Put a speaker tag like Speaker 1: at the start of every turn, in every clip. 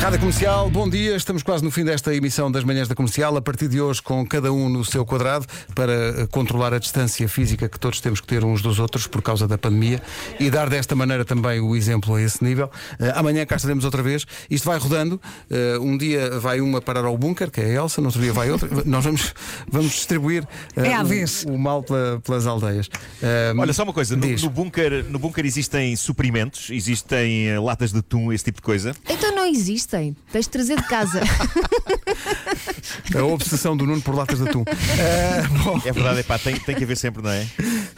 Speaker 1: Rádio Comercial, bom dia. Estamos quase no fim desta emissão das manhãs da comercial. A partir de hoje, com cada um no seu quadrado, para eh, controlar a distância física que todos temos que ter uns dos outros por causa da pandemia e dar desta maneira também o exemplo a esse nível. Eh, amanhã cá estaremos outra vez. Isto vai rodando. Eh, um dia vai uma parar ao bunker, que é a Elsa, no outro dia vai outra. Nós vamos, vamos distribuir eh,
Speaker 2: É à
Speaker 1: o-
Speaker 2: vez.
Speaker 1: o, mal pela- pelas aldeias. Eh,
Speaker 3: Olha só uma coisa, no,
Speaker 1: diz.
Speaker 3: no bunker, no bunker existem suprimentos, existem eh, latas de atum, esse tipo de coisa.
Speaker 4: Então não existem. Tens de trazer de casa.
Speaker 1: A obsessão do Nuno por latas de atum. Eh, bom.
Speaker 3: É verdade, é pá, tem, tem que haver sempre, não é?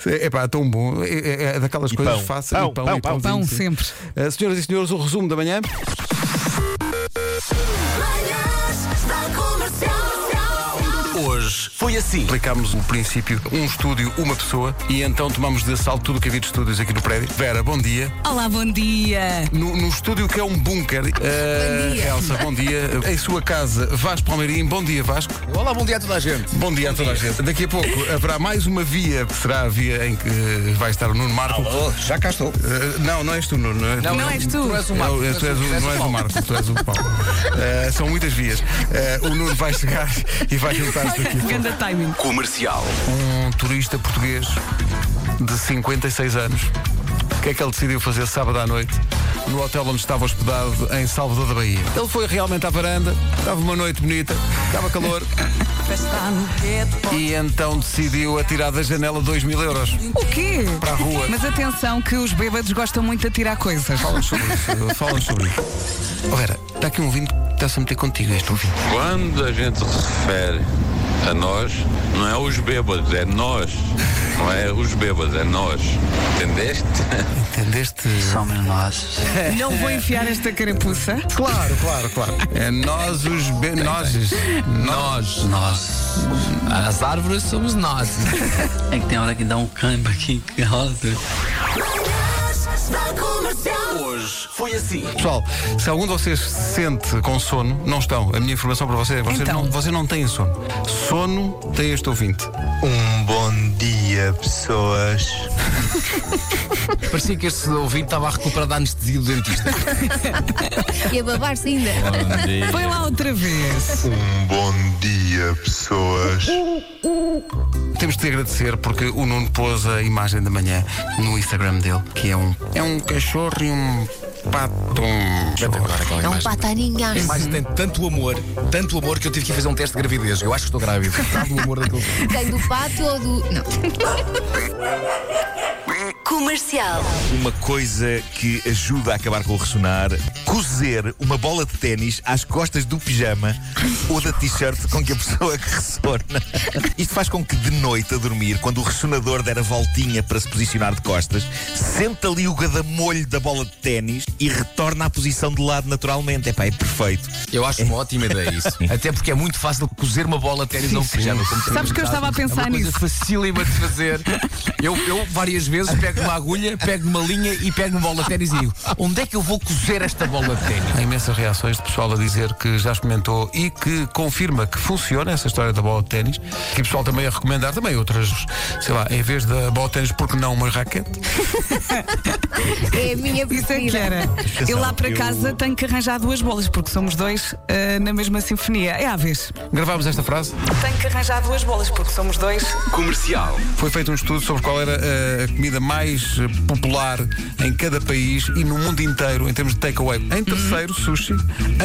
Speaker 1: É pá, tão bom. É, é- é daquelas
Speaker 3: E
Speaker 1: coisas
Speaker 3: pão.
Speaker 1: fáceis.
Speaker 3: Pão,
Speaker 1: e pão,
Speaker 3: pão,
Speaker 1: e
Speaker 3: pão.
Speaker 1: pãozinho,
Speaker 2: Pão
Speaker 1: sim.
Speaker 2: sempre.
Speaker 1: Uh, senhoras e senhores, o resumo da manhã.
Speaker 5: Manhãs da Comercial.
Speaker 1: Hoje foi assim. Aplicámos o princípio um estúdio, uma pessoa, e então tomámos de assalto tudo o que havia de estúdios aqui no prédio. Vera, bom dia.
Speaker 2: Olá, bom dia.
Speaker 1: No, no estúdio que é um bunker. Uh,
Speaker 4: Bom dia.
Speaker 1: Elsa, bom dia. em sua casa, Vasco Palmeirim. Bom dia, Vasco.
Speaker 6: Olá, bom dia a toda a gente.
Speaker 1: Bom dia a toda a gente. Daqui a pouco haverá mais uma via, que será a via em que uh, vai estar o Nuno Marco.
Speaker 6: já cá estou.
Speaker 1: Uh, não, não és tu, Nuno. Não, é
Speaker 6: Não,
Speaker 1: tu.
Speaker 6: não
Speaker 2: és tu.
Speaker 6: Tu és o
Speaker 1: É
Speaker 6: Marco.
Speaker 1: o- é- tu és o- não és o
Speaker 6: Paulo.
Speaker 1: Marco, tu és o Paulo. Uh, são muitas vias. Uh, o Nuno vai chegar e vai juntar-se daqui. a pouco.
Speaker 2: Ganda timing.
Speaker 7: Comercial.
Speaker 1: Um turista português de 56 anos. O que é que ele decidiu fazer sábado à noite no hotel onde estava hospedado em Salvador da Bahia? Ele foi realmente à varanda, estava uma noite bonita, estava calor e então decidiu atirar da janela 2 mil euros.
Speaker 2: O quê?
Speaker 1: Para a rua.
Speaker 2: Mas atenção que os bêbados gostam muito de atirar coisas.
Speaker 1: Fala-nos sobre isso. Fala-nos sobre isso. Oh, Vera, está aqui um ouvinte que está-se a meter contigo este ouvinte.
Speaker 8: Quando a gente se refere a nós, não é os bêbados, é nós. Não é os bêbados, é nós. Entendeste?
Speaker 1: Entendeste?
Speaker 2: Não
Speaker 1: É.
Speaker 2: vou enfiar esta carapuça.
Speaker 1: Claro, claro, claro. É nós os be... nós.
Speaker 6: Nós, nós. As árvores somos nós.
Speaker 9: É que tem hora que dá um câmbio aqui que roda.
Speaker 5: Manhãs da Comercial.
Speaker 7: Hoje foi assim.
Speaker 1: Pessoal, se algum de vocês se sente com sono, não estão. A minha informação para vocês é vocês,
Speaker 2: Então.
Speaker 1: não, vocês não têm sono. Sono tem este ouvinte.
Speaker 10: Um bom dia, pessoas.
Speaker 6: Parecia que este ouvinte estava a recuperar da anestesia do dentista.
Speaker 4: e a babar-se ainda.
Speaker 1: É.
Speaker 2: Foi lá outra vez.
Speaker 10: Um bom dia, pessoas.
Speaker 1: Temos de te agradecer porque o Nuno pôs a imagem da manhã no Instagram dele, que é um. É um cachorro e um pato. Um...
Speaker 4: É um patarinho.
Speaker 6: A imagem tem tanto amor, tanto amor que eu tive que ir fazer um teste de gravidez. Eu acho que estou grávida. Tanto amor daquilo.
Speaker 4: Tem do pato ou do. Não.
Speaker 5: Comercial.
Speaker 3: Uma coisa que ajuda a acabar com o ressonar, cozer uma bola de ténis às costas do pijama ou da t-shirt com que a pessoa que ressona. Isto faz com que de noite a dormir, quando o ressonador der a voltinha para se posicionar de costas, senta ali o gadamolho da bola de ténis e retorna à posição de lado naturalmente. Epá, é perfeito.
Speaker 6: Eu acho uma ótima ideia isso. Até porque é muito fácil cozer uma bola até eles não pijama. como tu
Speaker 2: Sabes que eu
Speaker 6: estás.
Speaker 2: estava a pensar
Speaker 6: é uma
Speaker 2: nisso.
Speaker 6: coisa facílima de fazer. Eu, eu, várias vezes, pego uma agulha, pego uma linha e pego um uma bola de ténis e digo:
Speaker 7: Um
Speaker 6: onde é que eu vou cozer esta bola de ténis?
Speaker 1: Há imensas reações de pessoal a dizer que já experimentou e que confirma que funciona essa história da bola de ténis. E o pessoal também a recomendar também outras, sei lá, em vez da bola de ténis, porque não uma raquete?
Speaker 4: É a
Speaker 2: Isso é
Speaker 4: minha
Speaker 2: que
Speaker 4: preferida.
Speaker 2: era. Eu lá para casa tenho que arranjar duas bolas, porque somos dois ah, na mesma sinfonia. É à vez.
Speaker 1: Gravámos esta frase.
Speaker 2: Tenho que arranjar duas bolas, porque somos dois.
Speaker 7: Comercial.
Speaker 1: Foi feito um estudo sobre qual era eh, a comida mais eh, popular em cada país e no mundo inteiro, em termos de takeaway. Em terceiro, sushi.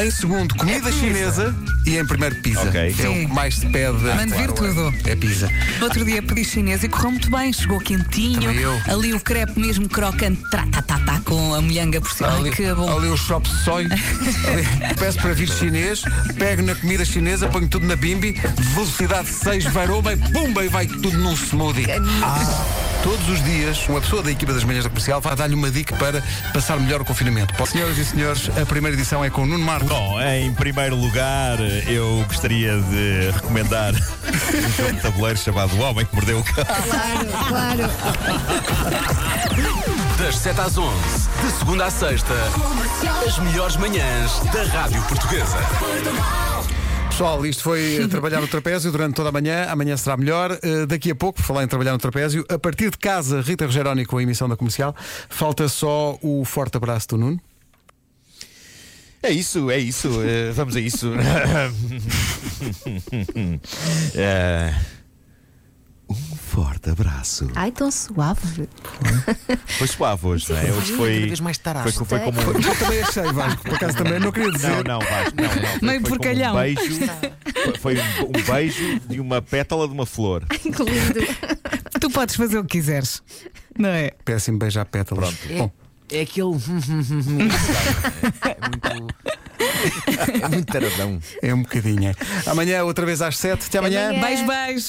Speaker 1: Em segundo, comida chinesa. E em primeiro, pizza.
Speaker 3: Ok.
Speaker 1: É
Speaker 2: É Sim.
Speaker 1: o que mais se pede.
Speaker 2: Mande vir tudo.
Speaker 1: É pizza.
Speaker 2: No outro dia pedi chinês e correu muito bem, chegou quentinho.
Speaker 1: Também eu.
Speaker 2: Ali o crepe mesmo crocante, tracatatá, com a molhanga por cima. Ai, que é bom.
Speaker 1: ali o shop soy. Ali- Peço para vir chinês, pego na comida chinesa, ponho tudo na bimbi, velocidade 6, varoma e pumba e vai tudo num smoothie. Ah. Todos os dias, uma pessoa da equipa das manhãs da comercial vai dar-lhe uma dica para passar melhor o confinamento. Senhoras e senhores, a primeira edição é com o Nuno Marco.
Speaker 3: Bom, em primeiro lugar, eu gostaria de recomendar um jogo de tabuleiro chamado O Homem que Mordeu o Cão.
Speaker 4: Claro, claro.
Speaker 7: Das 7 às 11, de segunda à sexta, as melhores manhãs da Rádio Portuguesa.
Speaker 1: Pessoal, isto foi eh, trabalhar no trapézio durante toda a manhã. Amanhã será melhor. Eh, daqui a pouco, por falar em trabalhar no trapézio, a partir de casa, Rita Rogeroni com a emissão da comercial. Falta só o forte abraço do Nuno.
Speaker 3: É isso, é isso. eh, vamos a isso. Eh, um forte abraço.
Speaker 4: Ai, tão suave.
Speaker 3: Foi suave hoje, não é? Hoje foi.
Speaker 6: Cada vez mais tarado.
Speaker 3: Foi, co- foi como. um-
Speaker 1: Eu também achei, Vasco. Por acaso também não queria dizer.
Speaker 3: Não, não, Vasco, não, não. Foi,
Speaker 2: Meio
Speaker 3: foi como
Speaker 2: porcalhão.
Speaker 3: Um beijo. foi- Foi um, um beijo de uma pétala de uma flor.
Speaker 4: Que lindo.
Speaker 2: Tu podes fazer o que quiseres, não é?
Speaker 1: Péssimo beijar pétalas. Bom,
Speaker 6: É aquele. é muito. É muito taradão.
Speaker 1: é um bocadinho. é. Amanhã, outra vez às sete. Até amanhã.
Speaker 4: amanhã.
Speaker 2: Beijo, beijo.